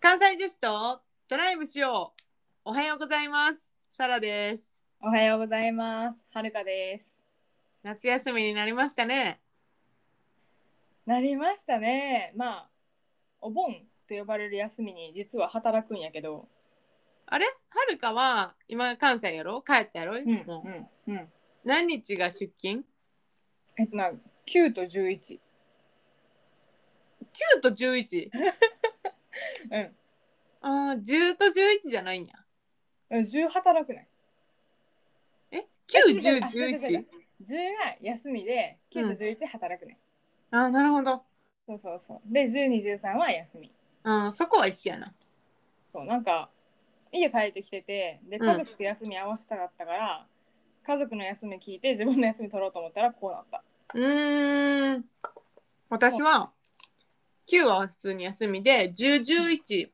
関西女子とドライブしよう。おはようございます。サラです。おはようございます。はるかです。夏休みになりましたね。なりましたね。まあ、お盆と呼ばれる休みに実は働くんやけど。あれはるかは今関西やろ帰ったやろ、うん、もううん、うん。何日が出勤えっとな、9と11。 ?9 と11。 うんああ、10と11じゃないんや。うん。10働くない。え ?9、 10 10、11。 10が休みで、9と11働くない。ああ、なるほど。そうそうそう。で、12、13は休み。うん、そこは一緒やな。そう、なんか、家帰ってきてて、で、うん家族と休み合わせたかったから、家族の休み聞いて自分の休み取ろうと思ったらこうなった。うーん。私は9は普通に休みで1011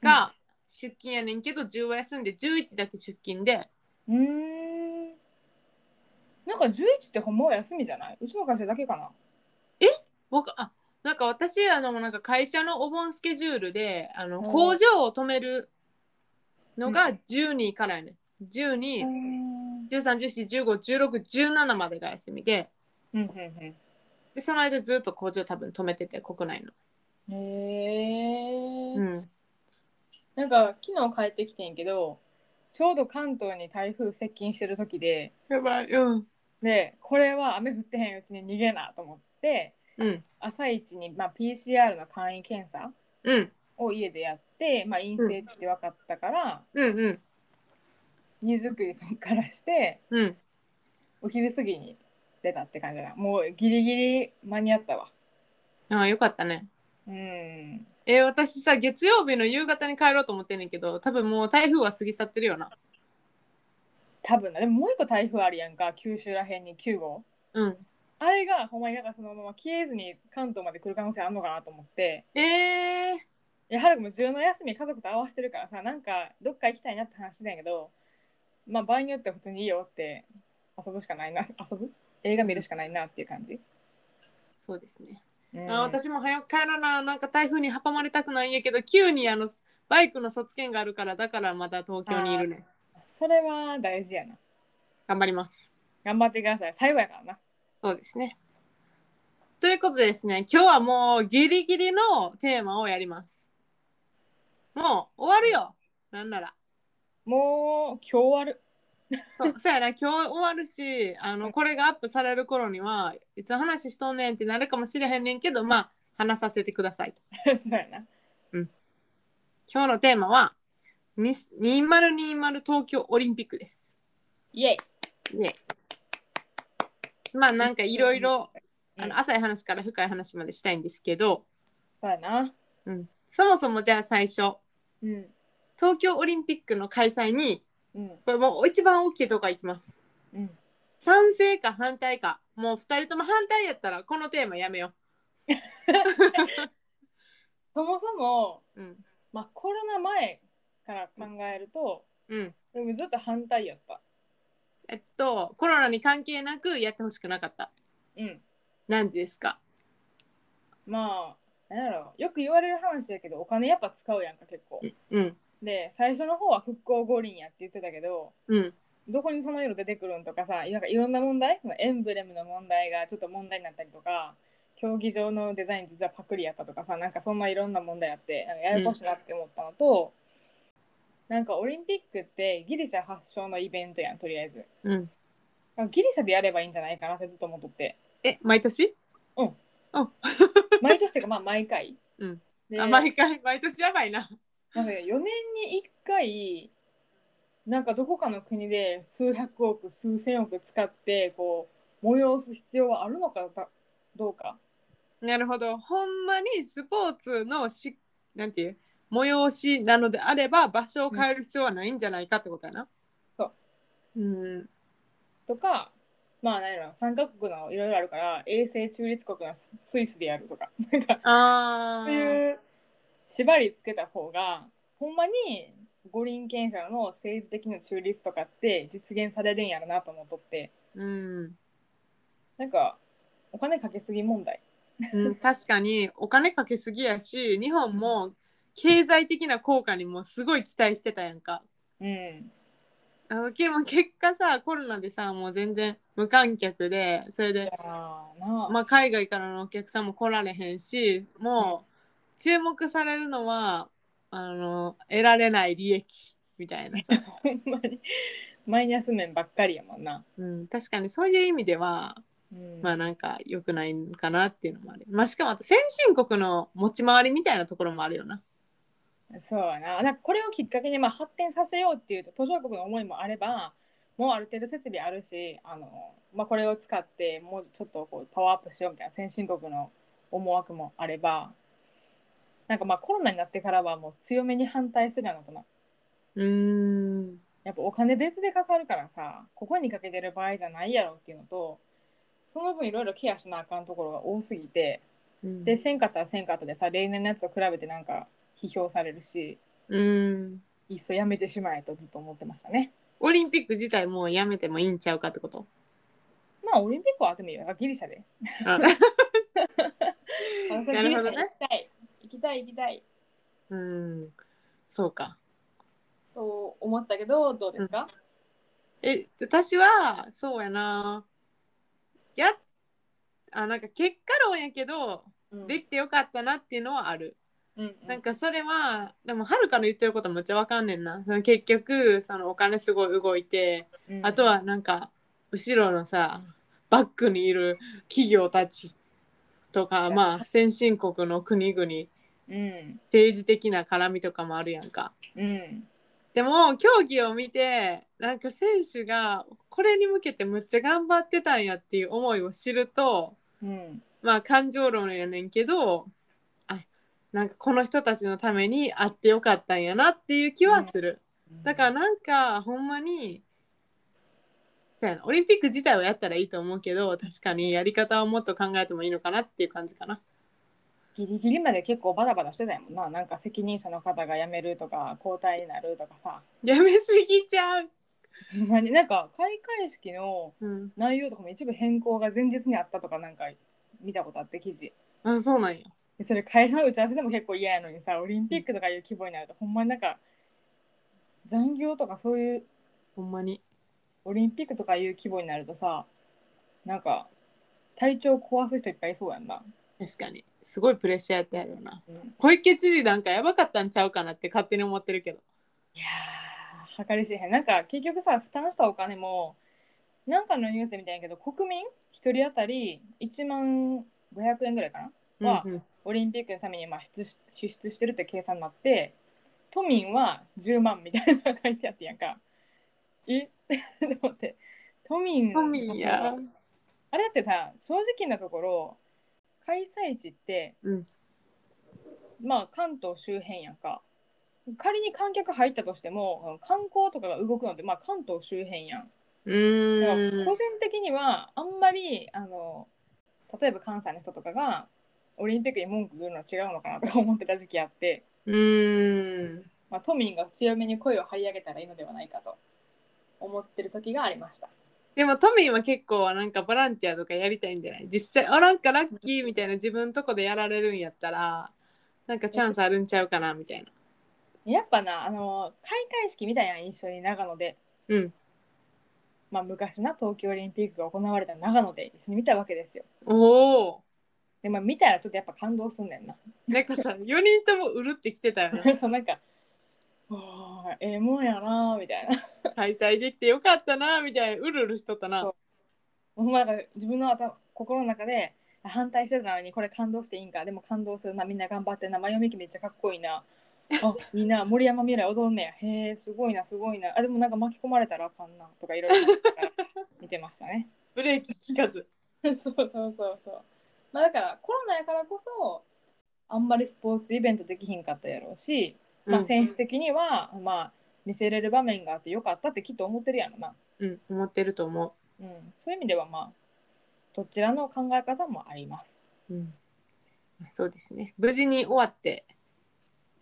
が出勤やねんけど10は休んで11だけ出勤でうーん。なんか11ってほんまは休みじゃないうちの会社だけかな。僕あなんか私あのなんか会社のお盆スケジュールであのうん工場を止めるのがうん12からやねんう1213141517んまでが休みでうんうでその間ずっと工場多分止めてて国内の。ん。へえ、うん、なんか昨日帰ってきてんけど、ちょうど関東に台風接近してる時で、やばいうん。で、これは雨降ってへんうちに逃げなと思って、うん。朝一に、まあ、PCR の簡易検査うん。を家でやって、まあ、陰性って分かったから、うん。うん。荷造りそっからして、うん。お昼過ぎに出たって感じだな。もうギリギリ間に合ったわ。ああよかったね。うん。えー私さ月曜日の夕方に帰ろうと思ってんねんけど多分もう台風は過ぎ去ってるよな多分なでももう一個台風あるやんか九州らへんに9号うんあれがほんまになんかそのまま消えずに関東まで来る可能性あるのかなと思ってえー、いやはるくも10の休み家族と合わせてるからさなんかどっか行きたいなって話してたんやけどまあ場合によっては普通にいいよって遊ぶしかないな 遊ぶ映画見るしかないなっていう感じ、そうですね、うんあー私も早く帰らななんか台風に阻まれたくないんやけど急にあのバイクの卒検があるからだからまだ東京にいるねそれは大事やな頑張ります頑張ってください最後やからなそうですねということでですね今日はもうギリギリのテーマをやりますもう終わるよなんならもう今日終わる そうそうやな今日終わるしあのこれがアップされる頃にはいつ話しとんねんってなるかもしれへんねんけどまあ話させてくださいとそうやな今日のテーマはに2020東京オリンピックですイエイねまあなんかいろいろあうんの浅い話から深い話までしたいんですけど、そうやなうん、そもそもじゃあ最初うん東京オリンピックの開催にうんこれもう一番大きいとこからいきますうん賛成か反対かもう2人とも反対やったらこのテーマやめよそもそもううんまあ、コロナ前から考えると、うんでもずっと反対やった。えっとコロナに関係なくやってほしくなかったうん。なんでですかまあ、なんやろよく言われる話やけど、お金やっぱ使うやんか、結構。うんで、最初の方は復興五輪やって言ってたけど、うんどこにその色出てくるんとかさ、なんかいろんな問題、そのエンブレムの問題がちょっと問題になったりとか、競技場のデザイン実はパクリやったとかさ、なんかそんないろんな問題あって、なんかややこしいなって思ったのと、なんかオリンピックってギリシャ発祥のイベントやん、とりあえず。うんギリシャでやればいいんじゃないかなってずっと思っ とって。え毎年毎年っていうかまあ毎回。うんであ毎回 毎年やばいななんか4年に1回なんかどこかの国で数百億数千億使ってこう催す必要はあるのかどうか。なるほどほんまにスポーツのしなんていう催しなのであれば場所を変える必要はないんじゃないかってことやなそううんとかまあ何やろ3カ国のいろいろあるから永世中立国のススイスでやるとかなんかあそあういう縛りつけた方がほんまに五輪権者の政治的な中立とかって実現されるんやろなと思っとって。うん、なんかお金かけすぎ問題。うん、確かにお金かけすぎやし日本も経済的な効果にもすごい期待してたやんか。うんあのでも結果さコロナでさもう全然無観客でそれいでやーなあ、まあ、海外からのお客さんも来られへんしもう注目されるのはあの得られない利益みたいなさ、ほんまに マイナス面ばっかりやもんな、 うん、確かにそういう意味ではうん、まあなんか良くないんかなっていうのもある、まあ、しかもあと先進国の持ち回りみたいなところもあるよなそうやななんかこれをきっかけにまあ発展させようっていうと途上国の思いもあればもうある程度設備あるしあの、まあ、これを使ってもうちょっとこうパワーアップしようみたいな先進国の思惑もあればなんかまあコロナになってからはもう強めに反対するようになったなうーんやっぱお金別でかかるからさここにかけてる場合じゃないやろっていうのとその分いろいろケアしなあかんところが多すぎてうんでせんかったらせんかったでさ例年のやつと比べてなんか批評されるし。うんいっそやめてしまえとずっと思ってましたね。オリンピック自体もうやめてもいいんちゃうかって ことまあオリンピックはあってもいいよ。ギリシャで。あなるほ私はギリシャどにね行きたい。行きたい行きたいうんそうかと思ったけどどうですか？え私はそうやなやっあなんか結果論やけどうんできてよかったなっていうのはある、うんうなんんかそれはでもはるかの言ってることめっちゃわかんねんなその結局そのお金すごい動いて、うんあとはなんか後ろのさバックにいる企業たちとかまあ先進国の国々うん政治的な絡みとかもあるやんかうんでも競技を見てなんか選手がこれに向けてむっちゃ頑張ってたんやっていう思いを知るとうんまあ感情論やねんけどあなんかこの人たちのためにあってよかったんやなっていう気はする、だからなんかほんまにそうやなオリンピック自体はやったらいいと思うけど確かにやり方をもっと考えてもいいのかなっていう感じかなギリギリまで結構バタバタしてたよもんな。なんか責任者の方が辞めるとか交代になるとかさ。 やめすぎちゃう、ほんまになんか開会式のうん、内容とかも一部変更が前日にあったとかなんか見たことあって記事。あそうなんやでそれ会社の打ち合わせでも結構嫌やのにさオリンピックとかいう規模になるとほんまになんか残業とかそういうほんまにオリンピックとかいう規模になるとさなんか体調壊す人いっぱいいそうやんな、確かにすごいプレッシャーやったやろうなうん、い小池知事なんかやばかったんちゃうかなって勝手に思ってるけどやー計り知れへんなんか結局さ負担したお金もなんかのニュースみたいやけど国民1人当たり1万500円ぐらいかなはうんうんオリンピックのためにまあ支出し支出してるって計算になって都民は10万みたいなのが書いてあってやんかえと思って都民都民やあれだってさ正直なところ開催地って、うんまあ関東周辺やんか仮に観客入ったとしても観光とかが動くのって、まあ、関東周辺やんうだからーん個人的にはあんまりあの例えば関西の人とかがオリンピックに文句言うのは違うのかなとか思ってた時期あって、うーんまあ、都民が強めに声を張り上げたらいいのではないかと思ってる時がありました。でも都民は結構なんかボランティアとかやりたいんじゃない実際あなんかラッキーみたいな自分のとこでやられるんやったらなんかチャンスあるんちゃうかなみたいなやっぱなあの開会式みたいな印象に長野で、うんまあ、昔な東京オリンピックが行われた長野で一緒に見たわけですよ。おおでまあ、見たらちょっとやっぱ感動すんねんな。 なんか さ4人ともうるってきてたよなそうなんか「わあええもんやな」みたいな。開催できてよかったなみたいなうるうるしとったなそうほんまなんか自分の頭心の中であ反対してたのにこれ感動していいんかでも感動するなみんな頑張ってな前読みきめっちゃかっこいいなあみんな森山未来踊んねやへえすごいなすごいなあでもなんか巻き込まれたらあかんなとかいろいろ思ってたから見てましたねブレーキ効かず そうそうそうそうまあだからコロナやからこそあんまりスポーツイベントできひんかったやろうし、まあ、選手的には、まあ見せれる場面があってよかったってきっと思ってるやろなうん、うん、思ってると思うん、そういう意味ではまあどちらの考え方もあります。う、うん、そうですね無事に終わって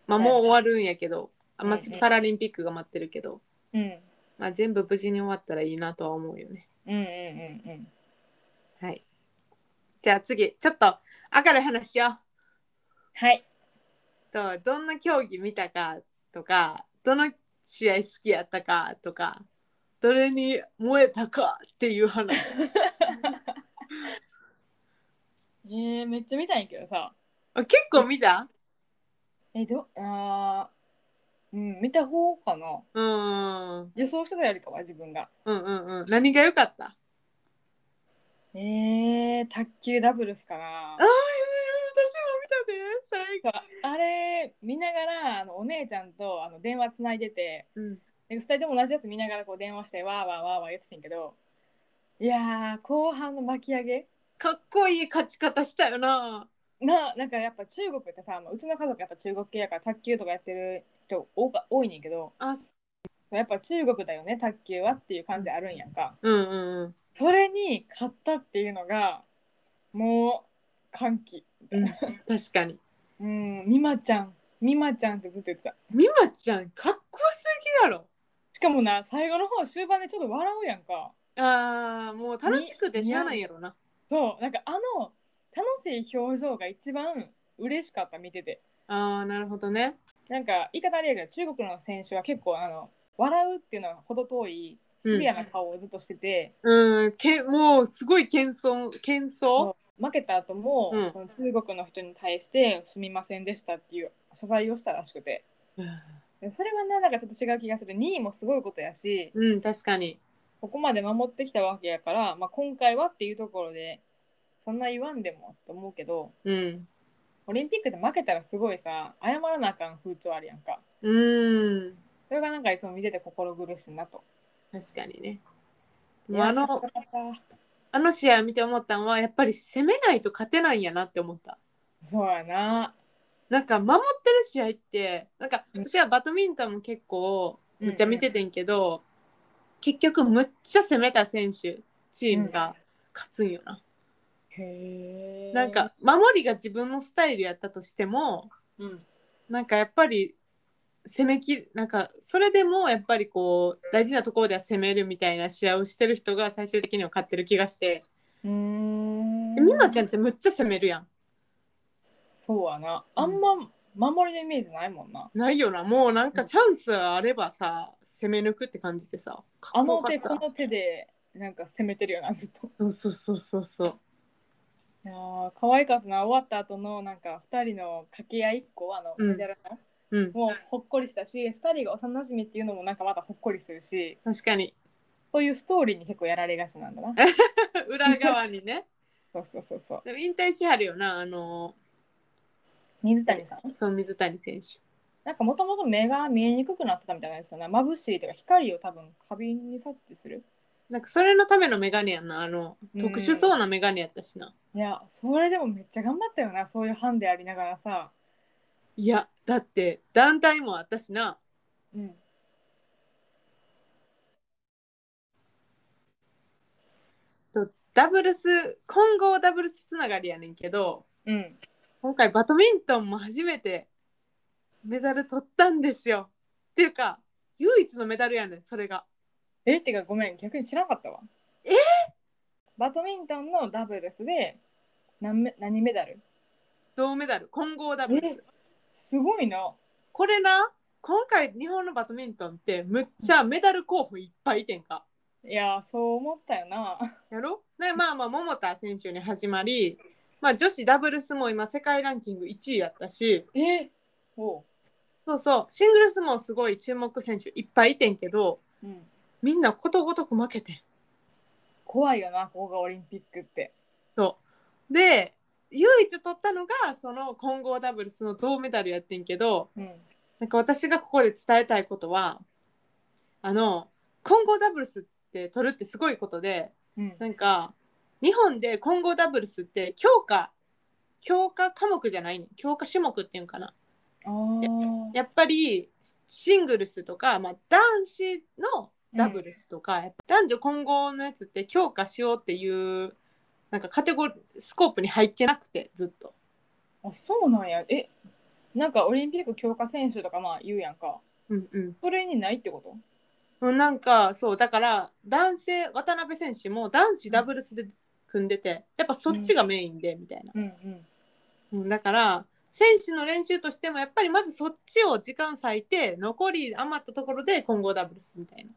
まあもう終わるんやけど、あまあ、うんう次んパラリンピックが待ってるけど、うん、うんまあ、全部無事に終わったらいいなとは思うよねうんうんうん。はいじゃあ次ちょっと明るい話しようはい。とどんな競技見たかとかどの試合好きやったかとかどれに燃えたかっていう 話えー、めっちゃ見たいんやけどさあ結構見たえどあーうん見た方かなうんうん予想してたよりかは自分がうんうん何が良かったえー、卓球ダブルスかなあー私も見たね最後、あれ見ながらあのお姉ちゃんとあの電話つないでてうん、で2人とも同じやつ見ながらこう電話してわーわーわーわー言ってたんやけどいやー後半の巻き上げかっこいい勝ち方したよなななんかやっぱ中国ってさ、まあ、うちの家族やっぱ中国系やから卓球とかやってる人多か多いねんけどあやっぱ中国だよね卓球はっていう感じあるんやんかうんうんうんそれに勝ったっていうのがもう歓喜うん確かにうん美誠ちゃん美誠ちゃんってずっと言ってた美まちゃんかっこすぎやろしかもな最後の方終盤でちょっと笑うやんかあーもう楽しくてしゃあないやろなそうなんかあの楽しい表情が一番嬉しかった見ててあーなるほどねなんか言い方あれやけど中国の選手は結構あの笑うっていうのは程遠いシビアな顔をずっとしてて、うんけもうすごい謙遜謙遜負けた後も、うんこの中国の人に対して「すみませんでした」っていう謝罪をしたらしくてでそれはねなんかちょっと違う気がする2位もすごいことやしうん確かにここまで守ってきたわけやから、まあ、今回はっていうところでそんな言わんでもと思うけどうんオリンピックで負けたらすごいさ謝らなあかん風潮あるやんかうんそれがなんかいつも見てて心苦しいなと。確かにねでもあのいやよかったあの試合見て思ったのはやっぱり攻めないと勝てないんやなって思ったそうやな。なんか守ってる試合ってなんかうん私はバドミントンも結構うんめっちゃ見ててんけど、結局むっちゃ攻めた選手チームが勝つんよな、へえ。なん、か守りが自分のスタイルやったとしてもうん。なんかやっぱり攻めきなんかそれでもやっぱりこう大事なところでは攻めるみたいな試合をしてる人が最終的には勝ってる気がしてうーん。で美誠ちゃんってむっちゃ攻めるやんそうやな。あんま守りのイメージないもんな。ないよなもうなんかチャンスがあればさ攻め抜くって感じでさかあっこよのかっ手たこの手でなんか攻めてるよなずっと。そうそうそうそうそういやー可愛かったな。終わった後のなんか二人の掛け合い一個あのうんメダルの、うんもうほっこりしたし、二人が幼馴染っていうのもなんかまたほっこりするし、確かにそういうストーリーに結構やられがちなんだな。 裏側にねそうそうそうそう。でも引退しはるよなあの水谷さん。そう水谷選手なんかもともと目が見えにくくなってたみたいなんですよね。眩しいというか光を多分過敏に察知する。なんかそれのためのメガネやんなあのうん特殊そうなメガネやったしないや、それでもめっちゃ頑張ったよな。そういうハンデありながらさ。いやだって団体もあったしなうん。とダブルス混合ダブルスつながりやねんけどうん。今回バドミントンも初めてメダル取ったんですよっていうか唯一のメダルやねんそれがえ、てかごめん、逆に知らなかったわ。えバドミントンのダブルスで何メ何メダル銅メダル混合ダブルスすごいな。これな今回日本のバドミントンってむっちゃメダル候補いっぱいいてんか。いやー、そう思ったよな。 やろでまあまあ桃田選手に始まり、まあ、女子ダブルスも今世界ランキング1位やったしえおう。そうそうシングルスもすごい注目選手いっぱいいてんけどうん。みんなことごとく負けてん。怖いよな、ここがオリンピックって。そうで唯一取ったのがその混合ダブルスの銅メダルやってんけどうん。なんか私がここで伝えたいことはあの混合ダブルスって取るってすごいことでうん。なんか日本で混合ダブルスって強化強化科目じゃないね強化種目っていうんかなあーやっぱりシングルスとか、まあ、男子のダブルスとか、やっぱ男女混合のやつって強化しようっていうなんかカテゴリースコープに入ってなくてずっとあそうなんやえなんかオリンピック強化選手とかまあ言うやんかうんうんそれにないってことうんなんかそうだから男性渡辺選手も男子ダブルスで組んでてやっぱそっちがメインでみたいな、うんうんうん、だから選手の練習としてもやっぱりまずそっちを時間割いて残り余ったところで混合ダブルスみたいな。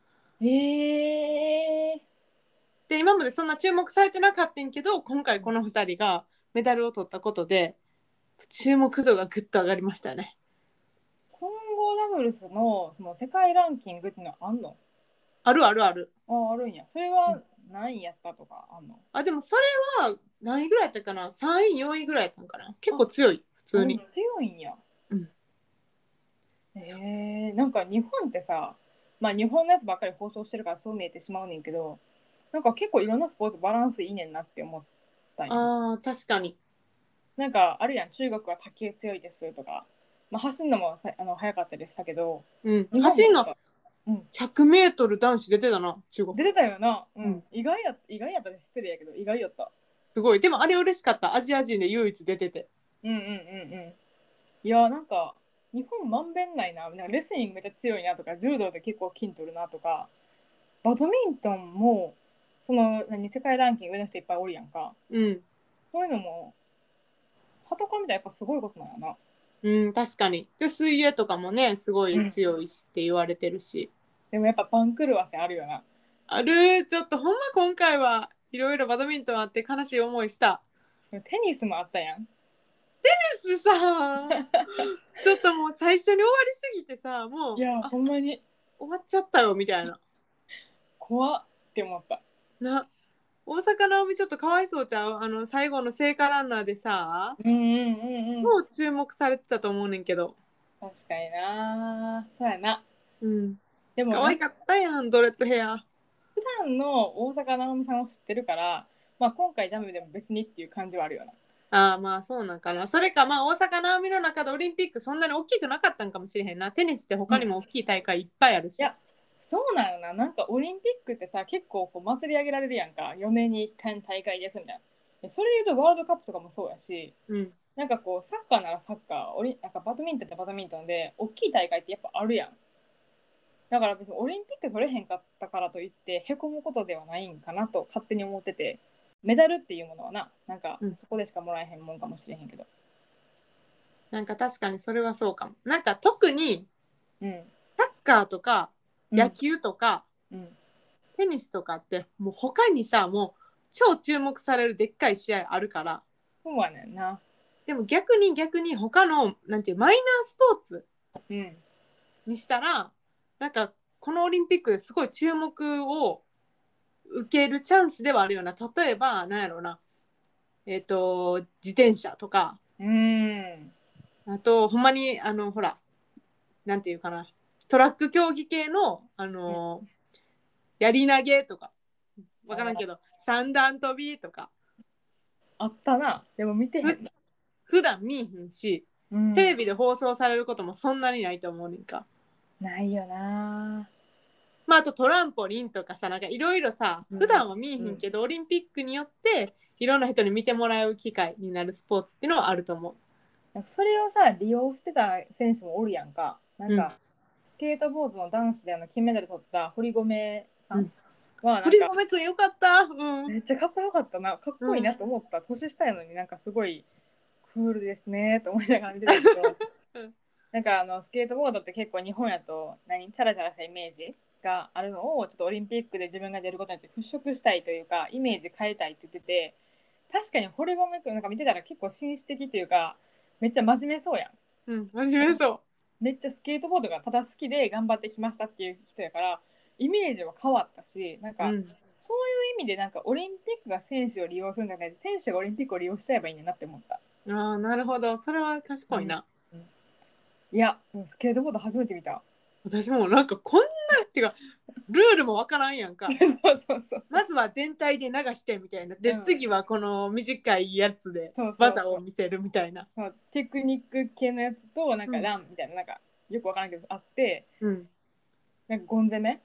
えー、で今までそんな注目されてなかったんやけど今回この2人がメダルを取ったことで注目度がぐっと上がりましたね。混合ダブルスのその世界ランキングっていうのはあんのあるあるある。ああるんや。それは何位やったとかあんのあでもそれは何位ぐらいやったかな3位4位ぐらいやったんかな結構強い普通に。うん強いんや。うんえー、なんか日本ってさ、まあ、日本のやつばっかり放送してるからそう見えてしまうねんけどなんか結構いろんなスポーツバランスいいねんなって思ったんやあー確かに。なんかあるやん中国は卓球強いですとか、まあ、走るのもさあの早かったりしたけどうん、走るのうん、 100m 男子出てたな中国出てたよな、うんうん意外や意外やったら失礼やけど意外やったすごいでもあれ嬉しかったアジア人で唯一出ててうんうんうんうんいやなんか日本まんべんないななんかレスリングめっちゃ強いなとか柔道で結構金取るなとかバドミントンもその何世界ランキング上の人いっぱいおるやんかうん、そういうのもはたから見たらやっぱすごいことなんやなうん、確かにで水泳とかもねすごい強いしって言われてるし、でもやっぱ番狂わせあるよなあるちょっとほんま今回はいろいろバドミントンあって悲しい思いしたでもテニスもあったやんですさ ちょっともう最初に終わりすぎてさもういやあほんまに終わっちゃったよみたいな怖っって思ったな大阪なおみちょっとかわいそうちゃうあの最後の聖火ランナーでさうんうんうんうんもう注目されてたと思うねんけど確かになそうやなうんでも可愛かったやんドレッドヘア普段の大阪なおみさんを知ってるから、まあ、今回ダメでも別にっていう感じはあるよな。ああまあそうなんかなそれかまあ大阪なおみの中でオリンピックそんなに大きくなかったんかもしれへんなテニスって他にも大きい大会いっぱいあるし、いやそうなのななんかオリンピックってさ結構こう祭り上げられるやんか4年に1回の大会ですみたいなでそれで言うとワールドカップとかもそうやしうん、なんかこうサッカーならサッカーオリなんかバドミントンってバドミントンで大きい大会ってやっぱあるやんだから別にオリンピック取れへんかったからといってへこむことではないんかなと勝手に思っててメダルっていうものはななんかうんそこでしかもらえへんもんかもしれへんけどなんか確かにそれはそうかもなんか特にうんサッカーとか野球とか、うんテニスとかってもう他にさもう超注目されるでっかい試合あるからそうやねんな。でも逆に逆に他のなんていうマイナースポーツうん。にしたらなんかこのオリンピックですごい注目を受けるチャンスではあるような例えばなんやろうなえっ、と自転車とかうん。あとほんまにあのほらなんていうかなトラック競技系のあの、やり投げとか分からんけど三段跳びとかあったな。でも見てへん。普段見いひんし、うんテレビで放送されることもそんなにないと思うねんか。ないよな。まあ、あとトランポリンとかさなんかいろいろさうん普段は見えへんけど、オリンピックによっていろんな人に見てもらう機会になるスポーツっていうのはあると思なんかそれをさ、利用してた選手もおるやんか。なんか、スケートボードの男子であの金メダル取った堀米さんは、う。なん堀か、米くんよかった、うん、めっちゃかっこよかったな。かっこいいなと思った。年下やのになんかすごいクールですねと思いながら見てたけどうん。なんかあのスケートボードって結構日本やと何チャラチャラしたイメージがあるのをちょっとオリンピックで自分が出ることによって払拭したいというかイメージ変えたいって言ってて確かに堀米君なんか見てたら結構紳士的というかめっちゃ真面目そうやんうん、真面目そう。めっちゃスケートボードがただ好きで頑張ってきましたっていう人やからイメージは変わったしなんか、うん、そういう意味でなんかオリンピックが選手を利用するんじゃなくて選手がオリンピックを利用しちゃえばいいんだなって思ったああなるほどそれは賢いな。いやうんスケートボード初めて見た私もなんかこんなっていうかルールもわからんやん か。そうそうそうまずは全体で流してみたいなで、うん次はこの短いやつでそうそうそう技を見せるみたいな。そうテクニック系のやつとなんかうんランみたいな,、なんかよくわからんけどあってうん、なんかゴン攻 め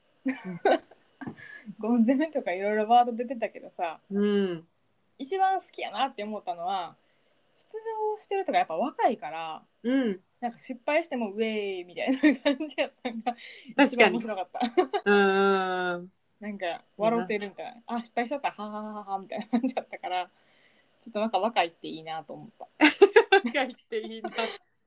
ゴン攻めとかいろいろワード出てたけどさうん、一番好きやなって思ったのは出場してるとかやっぱ若いからうん、なんか失敗してもウェーイみたいな感じやったんが確一か番に面。白かった。うんなんか笑ってるみたいな、あ失敗しちゃったはははははみたいな感じだったからちょっとなんか若いっていいなと思ったとか言っていいな。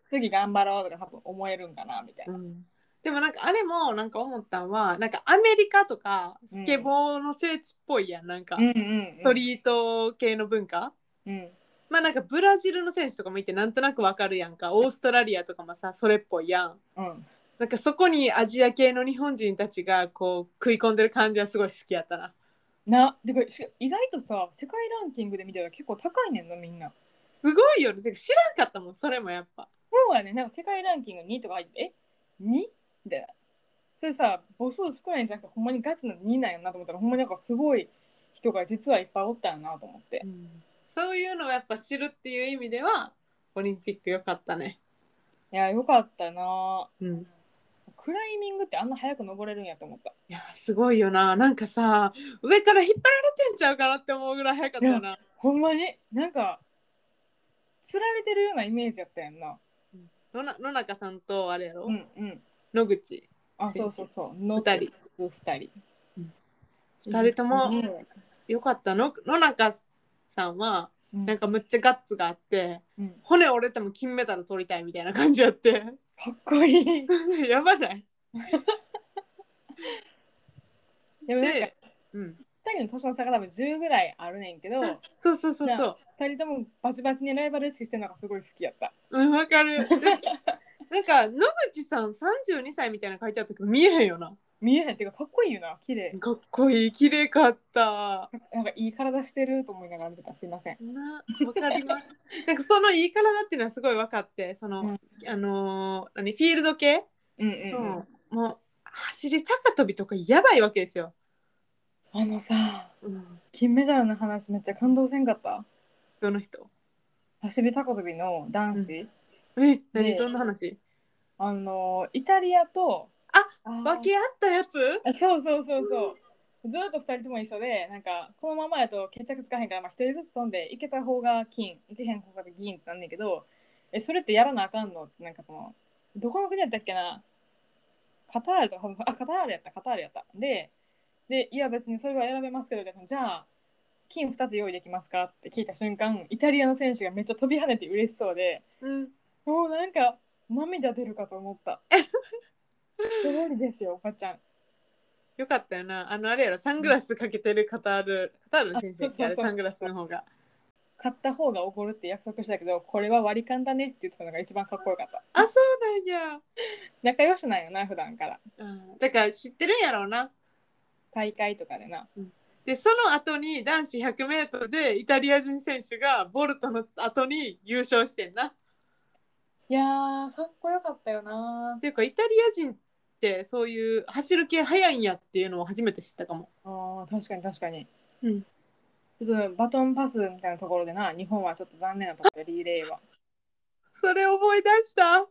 次頑張ろうとか多分思えるんかなみたいな。うんでもなんかあれもなんか思ったんはなんかアメリカとかスケボーの聖地っぽいやん、なんかうんうん、ストリート系の文化、うん、まあなんかブラジルの選手とかもいてなんとなくわかるやんかオーストラリアとかもさそれっぽいやんうん、なんかそこにアジア系の日本人たちがこう食い込んでる感じはすごい好きやったななでこれし意外とさ世界ランキングで見たら結構高いねんなみんなすごいよねてか知らんかったもんそれもやっぱそうやねなんか世界ランキング2とか入ってえ 2? みたいなそれさ母数少ないんじゃなくてほんまにガチの2なんやなと思ったらほんまになんかすごい人が実はいっぱいおったよなと思ってそういうのをやっぱ知るっていう意味ではオリンピックよかったねいやよかったなうんクライミングってあんな早く登れるんやと思ったいやすごいよななんかさ上から引っ張られてんちゃうかなって思うぐらい早かったよなほんまになんかつられてるようなイメージやったやんな野な野中さんとあれやろ、うんうん野口あ選そ手うそうそう二2人2人二人ともうんよかったの野中さんはうんなんかむっちゃガッツがあってうん骨折れても金メダル取りたいみたいな感じやって かっこいい。やばないでもなんかで、うん、 2人の年の差が多分10ぐらいあるねんけど2そうそうそうそう人ともバチバチにライバル意識してるのがすごい好きやった。うんわかるなんか野口さん32歳みたいなの書いてあったけど見えへんよな見えへんっていうかかっこいいよな綺麗かっこいい綺麗かったなんかいい体してると思いながら見てたすいません。なわかります なんかそのいい体っていうのはすごい分かってその、うんあのー何フィールド系うんうんうん、の、もう走り高跳びとかやばいわけですよ、あのさ金メダルの話めっちゃ感動せんかったどの人走り高跳びの男子、え何ねどんな話あのイタリアとああ分け合ったやつあそうそうそうそうずっと2人とも一緒でなんかこのままやと決着つかへんから、まあ、1人ずつ飛んでいけた方が金いけへん方が銀ってなんねんけどえそれってやらなあかんのってなんかそのどこの国やったっけなカタールとかあカタールやったカタールやったででいや別にそれは選べますけどでもじゃあ金2つ用意できますかって聞いた瞬間イタリアの選手がめっちゃ飛び跳ねて嬉しそうでうんもうなんか涙出るかと思った。すごいですよおばちゃん。よかったよなあのあれやろサングラスかけてるカタールカタールの選手やっけああれそうそうそうサングラスの方が買った方がおごるって約束したけどこれは割り勘だねって言ってたのが一番かっこよかったあそうなんや仲良しなんよな普段からうんだから知ってるんやろうな大会とかでなでその後に男子 100m でイタリア人選手がボルトの後に優勝してんな。っいやーかっこよかったよなていうかイタリア人ってそういう走る系速いんやっていうのを初めて知ったかも。あー確かに確かに、うんちょっとねバトンパスみたいなところでな日本はちょっと残念なところでリレーはそれ思い出した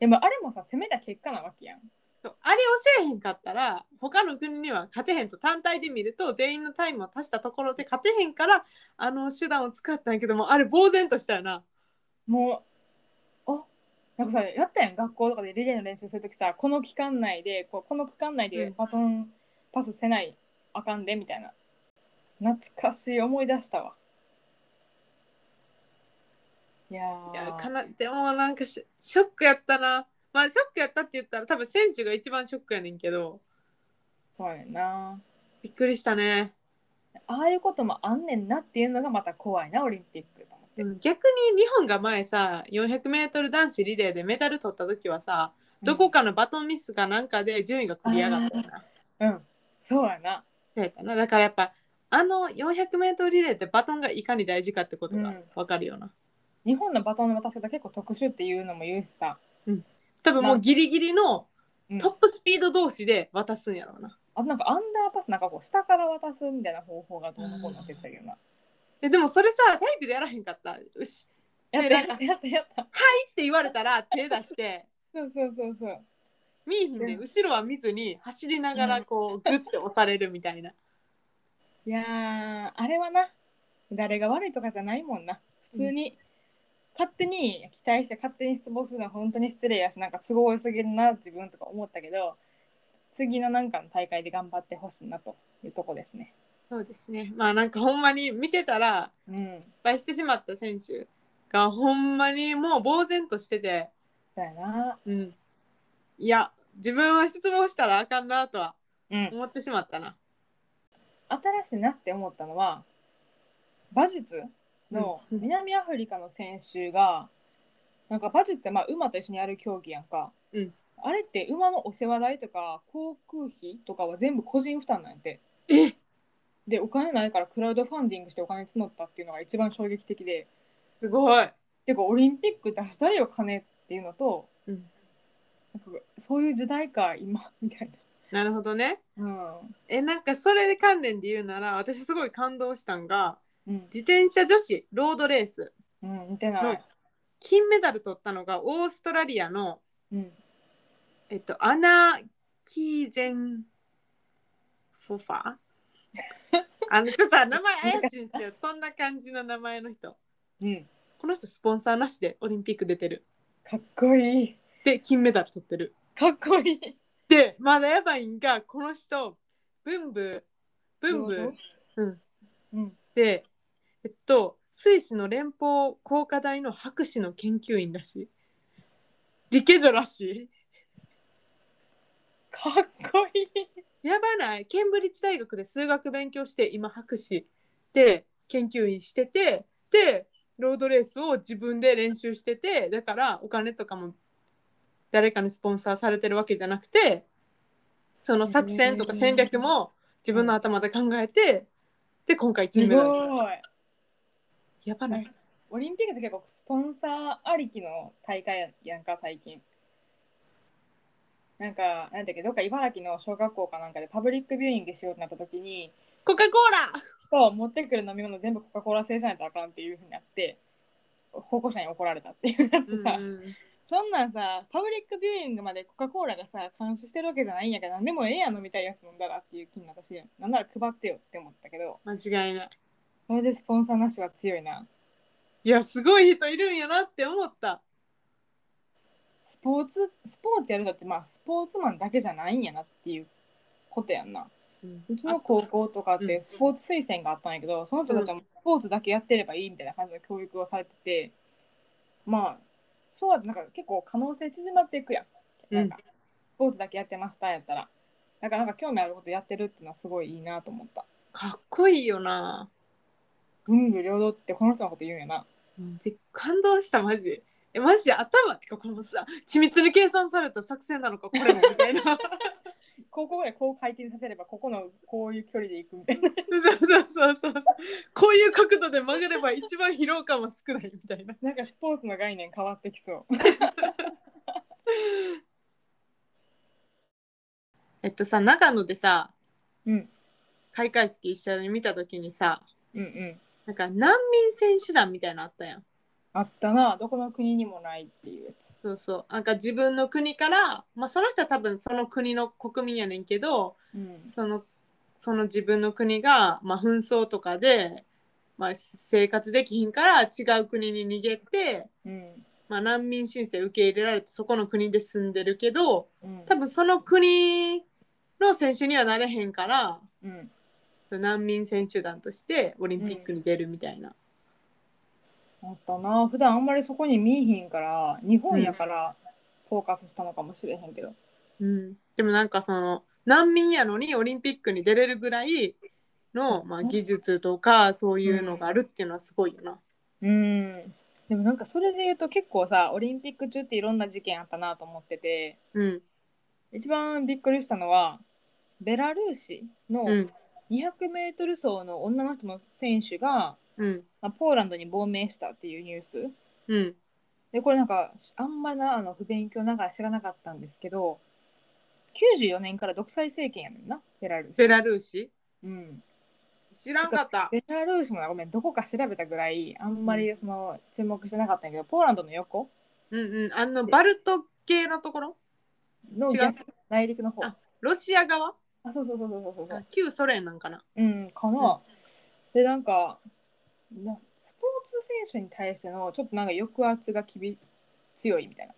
でもあれもさ攻めた結果なわけやんそうあれをせえへんかったら他の国には勝てへんと単体で見ると全員のタイムを足したところで勝てへんからあの手段を使ったんやけどもあれ呆然としたよな。もうあなんかさやったやん学校とかでリレーの練習するときさこの期間内でこうこの区間内うでんバトンパスせない、あかんでみたいな懐かしい思い出したわいやーいやかなでもなんかシショックやったな。まあショックやったって言ったら多分選手が一番ショックやねんけどそうやなびっくりしたね。ああいうこともあんねんなっていうのがまた怖いなオリンピックと思って、うん逆に日本が前さ 400m 男子リレーでメダル取った時はさどこかかのバトンミスかなんかで順位が繰り上がったよなうんそうやなそうやったなだからやっぱあの 400m リレーってバトンがいかに大事かってことうがん分かるような、日本のバトンの渡し方結構特殊っていうのも言うしさ、多分もまあうギリギリのうんトップスピード同士で渡すんやろうな、あとなんかアンダーパスなんかこう下から渡すみたいな方法がどうのこうのって言ってたけどな。えでもそれさ体育でやらへんかった「うし」やっでたやったやったやった。って言われたら手出 してそうそうそうそう。見えひんで、うん後ろは見ずに走りながらこうグッて押されるみたいないやーあれはな誰が悪いとかじゃないもんな普通に、勝手に期待して勝手に失望するのは本当に失礼やしなんか都合良すぎるな自分とか思ったけど次のなんかの大会で頑張ってほしいなというとこですね。そうですねまあなんかほんまに見てたらうん失敗してしまった選手がほんまにもう呆然としてて、だよな。うん、いや自分は失望したらあかんなとはうん。思ってしまったな。新しいなって思ったのは、馬術のうん南アフリカの選手が、なんか馬術ってまあ馬と一緒にやる競技やんか。うんあれって馬のお世話代とか航空費とかは全部個人負担なんやて。えで、お金ないからクラウドファンディングしてお金募ったっていうのが一番衝撃的で。すごい。てかオリンピック出したりよ金っていうのと、うんなんかそういう時代か今みたいなるほどね。な。うんえなんかそれ関連で言うなら私すごい感動したんがうん自転車女子ロードレースうんみたいのな。金メダル取ったのがオーストラリアの、うんえっと、アナ・キーゼン・フォファーあのちょっと名前怪しいんですけどそんな感じの名前の人うんこの人スポンサーなしでオリンピック出てるかっこいいで金メダル取ってるかっこいい。でまだやばいんがこの人ブンブブンブうんうんでえっとスイスの連邦工科大の博士の研究員らしい理系女らしかっこいい。いやばないケンブリッジ大学で数学勉強して今博士で研究員しててでロードレースを自分で練習しててだからお金とかも誰かにスポンサーされてるわけじゃなくてその作戦とか戦略も自分の頭で考えてで今回金すメダルごい。やばないオリンピックって結構スポンサーありきの大会やんか最近。なんかなんだっけどっか茨城の小学校かなんかでパブリックビューイングしようってなった時にコカ・コーラそう持ってくる飲み物全部コカ・コーラ製じゃないとあかんっていうふうになって保護者に怒られたっていうやつさ、うんそんなんさパブリックビューイングまでコカ・コーラがさ監視してるわけじゃないんやから何でもええやん飲みたいやつ飲んだらっていう気になったしなんなら配ってよって思ったけど間違いないそれでスポンサーなしは強いないやすごい人いるんやなって思ったスポーツスポーツやる人ってまあスポーツマンだけじゃないんやなっていうことやんなうちの高校とかっうてんスポーツ推薦があったんやけど、その人たちはもうスポーツだけやってればいいみたいな感じの教育をされてて、まあそうやってなんか結構可能性縮まっていくやんなんか、スポーツだけやってましたやったらだからなんか興味あることやってるっていうのはすごいいいなと思ったかっこいいよな、文武両道ってこの人のこと言うんやなで感動したマジでえマジで頭ってかこのさ緻密に計算された作戦なのかこ れもみたいなそう 高校でこう回転させればここのこういう距離で行くみ たいなそうそうそうこういう角度で曲がれば一番疲労感は少ないみたいななんかスポーツの概念変わってきそうえっとさ長野でさ、うん、開会式一緒に見た時にさうんうんなんか難民選手団みたいなのあったやんあったなどこの国にもないっていうやつそうそうなんか自分の国から、まあ、その人は多分その国の国民やねんけどうんそのその自分の国が、まあ、紛争とかで、まあ、生活できひんから違う国に逃げて、うんまあ、難民申請受け入れられてそこの国で住んでるけどうん多分その国の選手にはなれへんからうんその難民選手団としてオリンピックに出るみたいな。あったな普段あんまりそこに見えひんから日本やからフォーカスしたのかもしれへんけど、うん、でもなんかその難民やのにオリンピックに出れるぐらいの、まあ、技術とかそういうのがあるっていうのはすごいよな。うんでもなんかそれで言うと結構さオリンピック中っていろんな事件あったなと思っててうん、一番びっくりしたのはベラルーシうのん、 200m 走の女の人の選手が、うん、まあポーランドに亡命したっていうニュースうん、でこれなんかあんまりなあの不勉強ながら知らなかったんですけど94年から独裁政権やねんなベラルーシ。ベラルーシうん知らんかった。ベラルーシもなごめんどこか調べたぐらいあんまりその注目してなかったんやけどポーランドの横うんうん。あの、バルト系のところの違う逆内陸の方あロシア側そうそうそうそうそうそうあ旧ソ連なんかな。うんかな、でなんかなスポーツ選手に対してのちょっとなんか抑圧が厳強いみたいな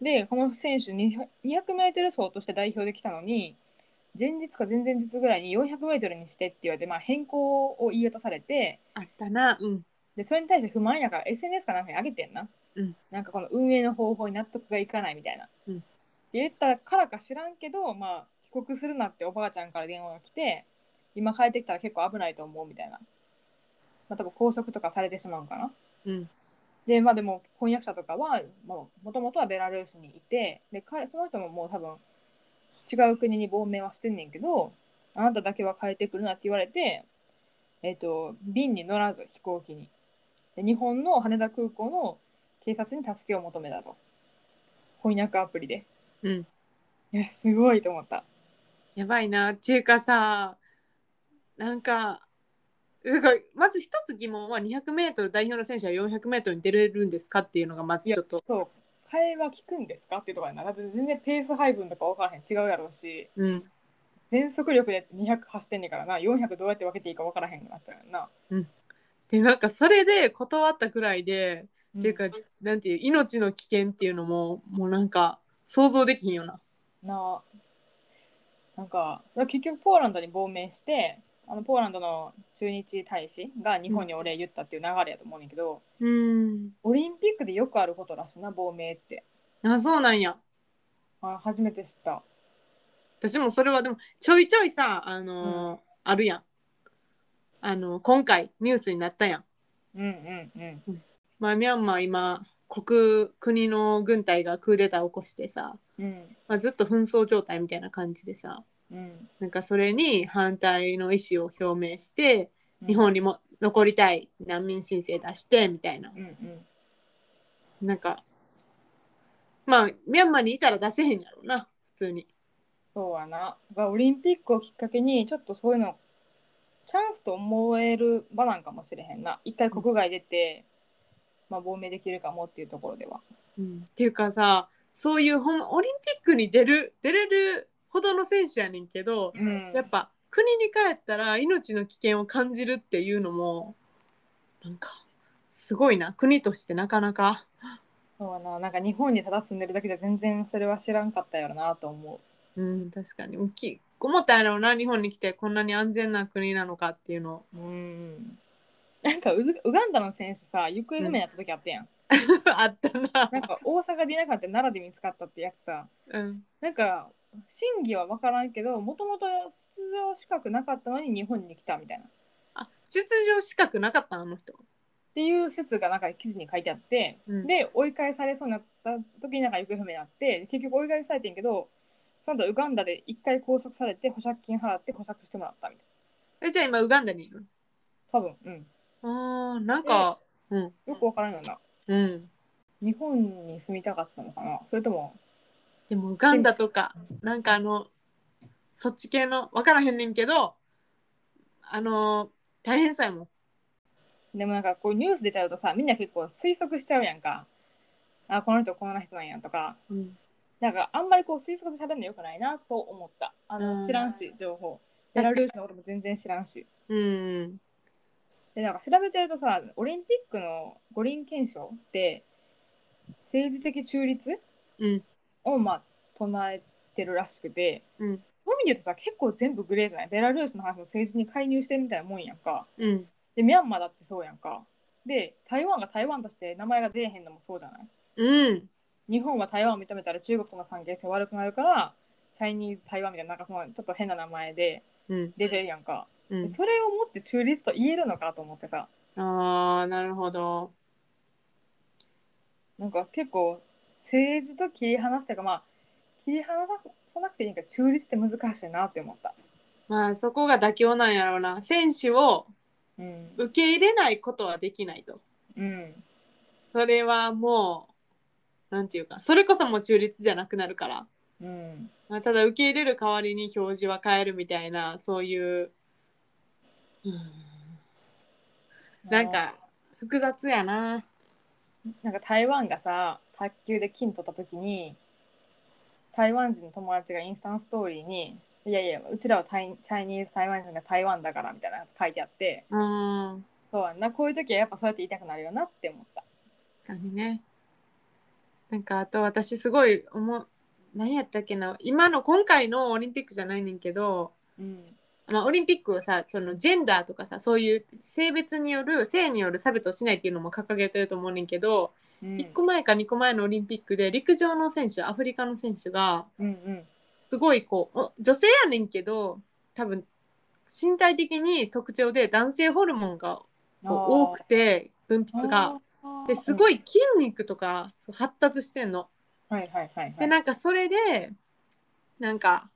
でこの選手に 200m 走として代表できたのに前日か前々日ぐらいに 400m にしてって言われて、まあ、変更を言い渡されてあったな。うん。でそれに対して不満やから SNS かなんかに上げてんな、うんなんかこの運営の方法に納得がいかないみたいな、うんで言ったからか知らんけど、まあ、帰国するなっておばあちゃんから電話が来て今帰ってきたら結構危ないと思うみたいな、まあ、多分拘束とかされてしまうんかなうんでまあでも翻訳者とかはもともとはベラルーシにいてで彼その人ももう多分違う国に亡命はしてんねんけどあなただけは帰ってくるなって言われてえっ、と便に乗らず飛行機にで日本の羽田空港の警察に助けを求めたと翻訳アプリでうんいやすごいと思ったやばいなっていうかさなんかなんかまず一つ疑問は 200m 代表の選手は 400m に出れるんですかっていうのがまずちょっとそう会話聞くんですかっていうところやなだって全然ペース配分とか分からへん違うやろうしうん全速力で200走ってんねんからな400どうやって分けていいか分からへんくなっちゃうよなでなんかそれで断ったくらいで、っっていうかなんていう命の危険っていうのももうなんか想像できひんよなななんか結局ポーランドに亡命してあのポーランドの駐日大使が日本にお礼言ったっていう流れやと思うねんだけど、うんオリンピックでよくあることらしいな亡命ってあそうなんやあ初めて知った私もそれはでもちょいちょいさあのーあるやんあの今回ニュースになったやんうんうんうんまあ、ミャンマー今国国の軍隊がクーデターを起こしてさ、うんまあ、ずっと紛争状態みたいな感じでさうんなんかそれに反対の意思を表明して日本にも残りたい難民申請出してみたいなうんうんなんかまあミャンマーにいたら出せへんやろうな普通にそうやながオリンピックをきっかけにちょっとそういうのチャンスと思える場なんかもしれへんな一回国外出て、まあ、亡命できるかもっていうところではうんっていうかさそういうほんまオリンピックに出る出れるほどの選手やねんけど、うんやっぱ国に帰ったら命の危険を感じるっていうのもなんかすごいな国としてなかなかそうやな、なんか日本にただ住んでるだけじゃ全然それは知らんかったやろなと思うん確かに大きい思ったやろうな日本に来てこんなに安全な国なのかっていうの をう。うん。なんかウズウガンダの選手さ、行方不明になった時あったやん。あったななんか大阪でいなかった奈良で見つかったってやつさ、うんなんか真偽は分からんけど、もともと出場資格なかったのに日本に来たみたいな。っあ出場資格なかったあの人ていう説がなんか記事に書いてあって、うんで、追い返されそうになった時になんか行方不明になって、結局追い返されてんけど、その後ウガンダで一回拘束されて保釈金払って保釈してもらったみたいえじゃあ今ウガンダにいるな。多分、うん。あーなんかうんよく分からんよな。うん日本に住みたかったのかなそれともでもウガンダとかなんかあのそっち系の分からへんねんけどあの大変さやもんでもなんかこうニュース出ちゃうとさみんな結構推測しちゃうやんかあこの人こんな人なんやとかうんなんかあんまりこう推測で喋るのよくないなと思ったあの、うん知らんし情報ベ確かにラルーシのことも全然知らんしうんでなんか調べてるとさオリンピックの五輪憲章って政治的中立うんをまあ唱えてるらしくて、うんそういう意味で言うとさ結構全部グレーじゃないベラルーシの話も政治に介入してるみたいなもんやんかうんでミャンマーだってそうやんかで台湾が台湾として名前が出えへんのもそうじゃないうん日本は台湾を認めたら中国との関係性悪くなるからチャイニーズ台湾みたいななんかそのちょっと変な名前でうん出てるやんか、うでそれをもって中立と言えるのかと思ってさん、ああなるほどなんか結構政治と切り離してかまあ切り離さなくていいんか中立って難しいなって思った、まあそこが妥協なんやろうな選手をうん受け入れないことはできないとうん、それはもうなんていうかそれこそもう中立じゃなくなるから、うん、まあ、ただ受け入れる代わりに表示は変えるみたいなそういう、うん、なんか複雑やななんか台湾がさ卓球で金取った時に台湾人の友達がインスタのストーリーに「いやいやうちらはタイチャイニーズ台湾人が台湾だから」みたいなやつ書いてあってうんそうやんなこういう時はやっぱそうやって言いたくなるよなって思った。確かにねなんかあと私すごい思う何やったっけな今の今回のオリンピックじゃないねんけどうんまあ、オリンピックをさそのジェンダーとかさそういう性別による性による差別をしないっていうのも掲げてると思うねんけど、うん1個前か2個前のオリンピックで陸上の選手アフリカの選手がうんうんすごいこうお女性やねんけど多分身体的に特徴で男性ホルモンがこう多くて分泌が。ですごい、い筋肉とかそう発達してんの。うんはいはいはいはい、でなんかそれでなんか、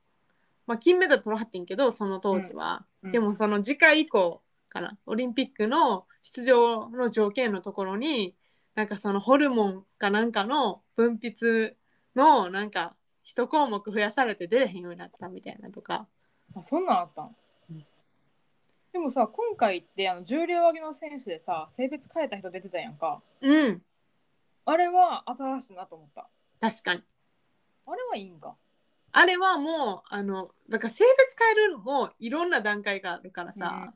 まあ、金メダル取らはってんけどその当時は。うんでもその次回以降かなオリンピックの出場の条件のところになんかそのホルモンかなんかの分泌のなんか一項目増やされて出れへんようになったみたいなとかあそんなんあったん、うんでもさ今回ってあの重量挙げの選手でさ性別変えた人出てたやんかうんあれは新しいなと思った確かにあれはいいんかあれはもうあのだから性別変えるのもいろんな段階があるからさ、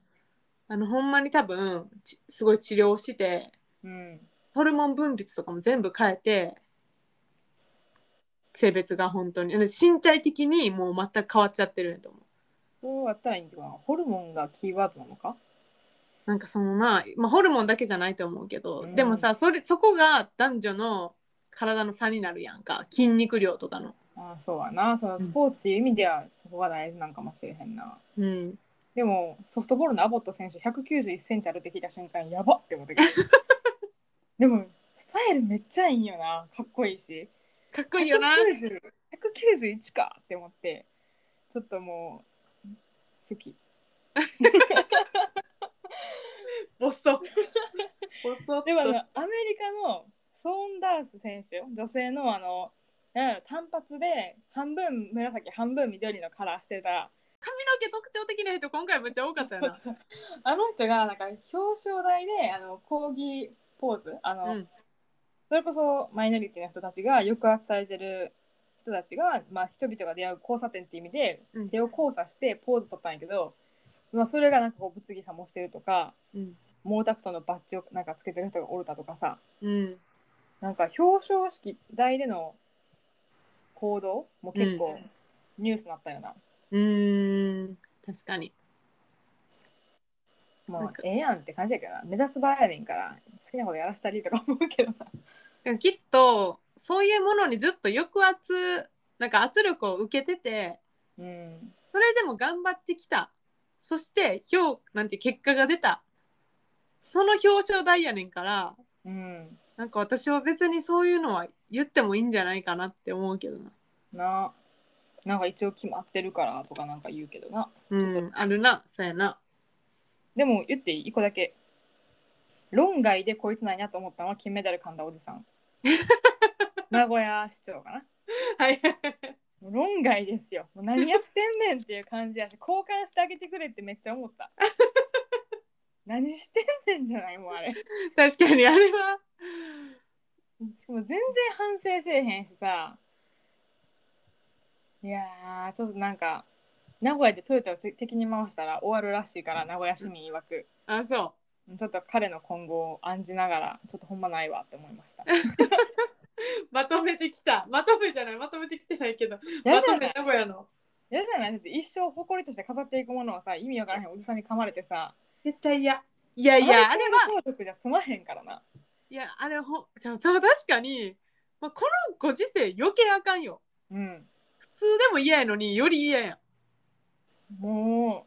あのほんまに多分ちすごい治療してうんホルモン分泌とかも全部変えて性別が本当にで身体的にもう全く変わっちゃってるんやと思うどうやったらいいんかなホルモンがキーワードなのかなんかそのな、まあ、ホルモンだけじゃないと思うけど、うんでもさそれそこが男女の体の差になるやんか筋肉量とかのあそうやなそのスポーツっていう意味ではそこが大事なんかもしれへんな、うんでもソフトボールのアボット選手191センチあるって聞いた瞬間やばって思ったけどでもスタイルめっちゃいいんよなかっこいいしかっこいいよな190 191かって思ってちょっともう好きボ ソボソっでもあのとアメリカのソーンダース選手女性のあのなんやろ単発で半分紫半分緑のカラーしてた髪の毛特徴的な人今回めっちゃ多かったよな あの人がなんか表彰台であの抗議ポーズあの、うんそれこそマイノリティの人たちが抑圧されてる人たちが、まあ、人々が出会う交差点っていう意味でうん手を交差してポーズ取ったんやけど、まあ、それがなんかこう物議かもしてるとかうん、毛沢東のバッジをなんかつけてる人がおるだとかさうん、なんか表彰式台での行動も結構ニュースになったよな。うーん確かにまなあんか、ええやんって感じやけどな目立つ場合やねんから好きなことやらしたりとか思うけどな。でもきっとそういうものにずっと抑圧なんか圧力を受けててうん、それでも頑張ってきたそして評なんていう結果が出たその表彰台やねんからうん、なんか私は別にそういうのは言ってもいいんじゃないかなって思うけどなななんか一応決まってるからとかなんか言うけどなうんあるなそうやなでも言っていい一個だけ論外でこいつないなと思ったのは金メダル噛んだおじさん名古屋市長かなはいもう論外ですよもう何やってんねんっていう感じやし交換してあげてくれってめっちゃ思った何してんねんじゃないもうあれ確かにあれはしかも全然反省せえへんしさいやーちょっとなんか名古屋でトヨタを敵に回したら終わるらしいから名古屋市民曰くあそちょっと彼の今後を案じながらちょっとほんまないわって思いま したうまとめてきたまとめじゃないまとめてきてないけど嫌まじとゃめない名古屋の嫌じゃないだって一生誇りとして飾っていくものをさ意味わからへんおじさんに噛まれてさ絶対嫌いやいやあれは相続じゃ済まへんからないやあれほじゃあそう確かに、まあ、このご時世余計あかんようん普通でも嫌やのにより嫌やんもう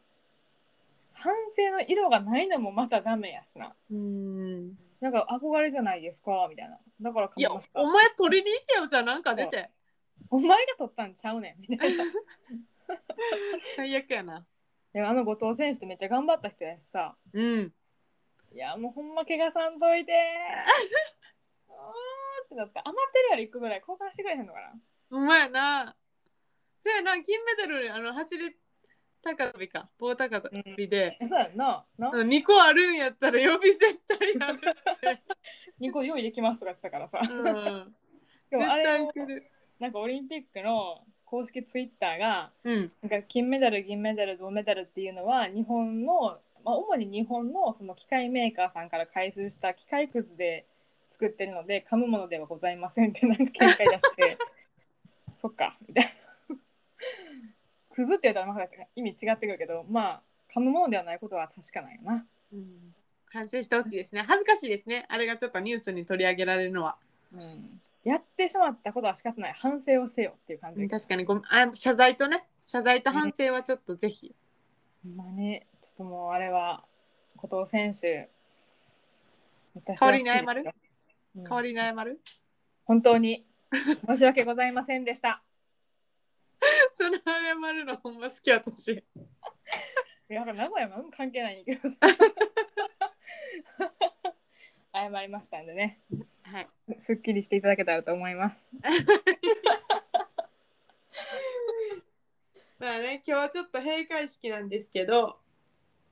反省の色がないのもまたダメやしなうんなんか憧れじゃないですかみたいなだからい噛やみましたお前取りに行けよじゃあなんか出てお前が取ったんちゃうねんみたいな。 最悪やなでもあの後藤選手ってめっちゃ頑張った人やしさ。うんいやもうほんま怪我さんといて。 あーってなった。余ってるやろ一個ぐらい交換してくれへんのかな。お前やなせやな金メダルあの走り高跳びか棒高跳びで、えそうやんな。なう2個あるんやったら予備絶対やる、 2個用意できますとか言ってたからさ。うん、でも絶あれ対を来るなんかオリンピックの公式ツイッターがうんなんか金メダル銀メダル銅メダルっていうのは日本の、まあ、主に日本のその機械メーカーさんから回収した機械靴で作ってるので噛むものではござい ませんってなんか見解出してそっかみたいなクズって言うとなんか意味違ってくるけどまあ噛むものではないことは確かなんよなうん反省してほしいですね。恥ずかしいですね。あれがちょっとニュースに取り上げられるのは。うんやってしまったことは仕方ない反省をせよっていう感じで確かにごめんあ謝罪とね、謝罪と反省はちょっとぜひ。ほんまあねちょっともうあれは後藤選手代私はわ好りにきです謝よるうん代わりに謝る 本当に申し訳ございませんでした その謝るのほんま好き私。いやだから名古屋も関係ないんやけどさ謝りましたんでねはい。すっきりしていただけたらと思いますまあね、今日はちょっと閉会式なんですけど、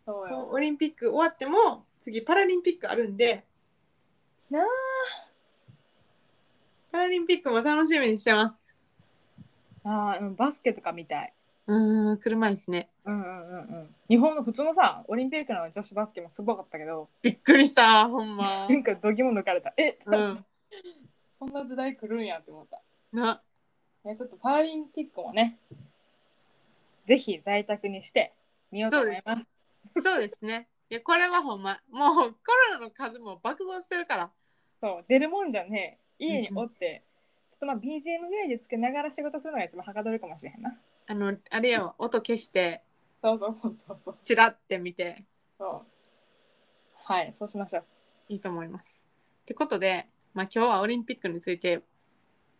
そうもうオリンピック終わっても次パラリンピックあるんで。なあパラリンピックも楽しみにしてます。あーうんバスケとかみたいうーん、車椅子ね。うんうんうんうん日本の普通のさオリンピックの女子バスケもすごかったけどびっくりした、ほんま な。んか度肝抜かれたえ、うん。そんな時代来るんやって思ったな、いやちょっとパラリンピックもねぜひ在宅にして見ようと思います そうですね。いや、これはほんま、もうコロナの数も爆増してるから。そう出るもんじゃねえ家にうんうんおって、ちょっとまあ BGM ぐらいでつけながら仕事するのが一番はかどるかもしれへんなあの、あれやわ、音消して、そうそうそうそうそうチラって見て、そうはいそうしましょういいと思います。ってことで、まあ今日はオリンピックについて、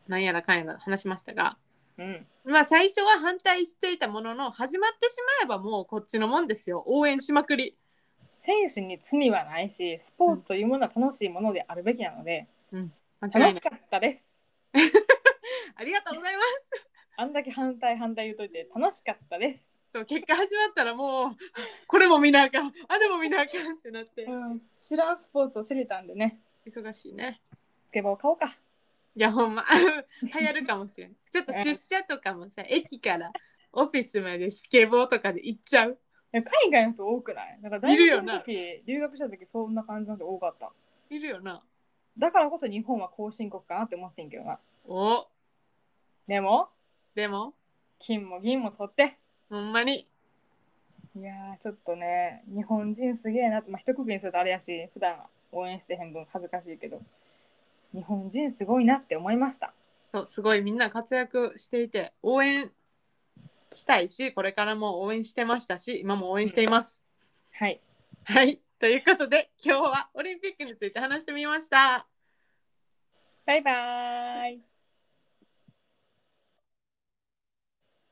なんやらかんやら話しましたが、うんまあ最初は反対していたものの、始まってしまえばもうこっちのもんですよ。応援しまくり。選手に罪はないしスポーツというものは楽しいものであるべきなので、間違いな楽いし。かったですありがとうございます。あんだけ反対反対言うといて楽しかったです、そう結果始まったらもう、これも見なあかん、あれも見なあかんってなって、うん、知らんスポーツを知れたんでね忙しいね。スケボー買おうかいやほんま 流行るかもしれんちょっと出社とかもさ駅からオフィスまでスケボーとかで行っちゃういや海外の人多くないなんかいるよ大学なの時留学した時そんな感じの人多かったいるよなだからこそ日本は後進国かなって思ってんけどなおでもでも金も銀も取ってほんまにいやーちょっとね日本人すげえなって、まあ、一括りにするとあれやし普段応援してへん分恥ずかしいけど日本人すごいなって思いましたそうすごいみんな活躍していて応援したいしこれからも応援してましたし今も応援しています、はいはいということで今日はオリンピックについて話してみましたバイバーイ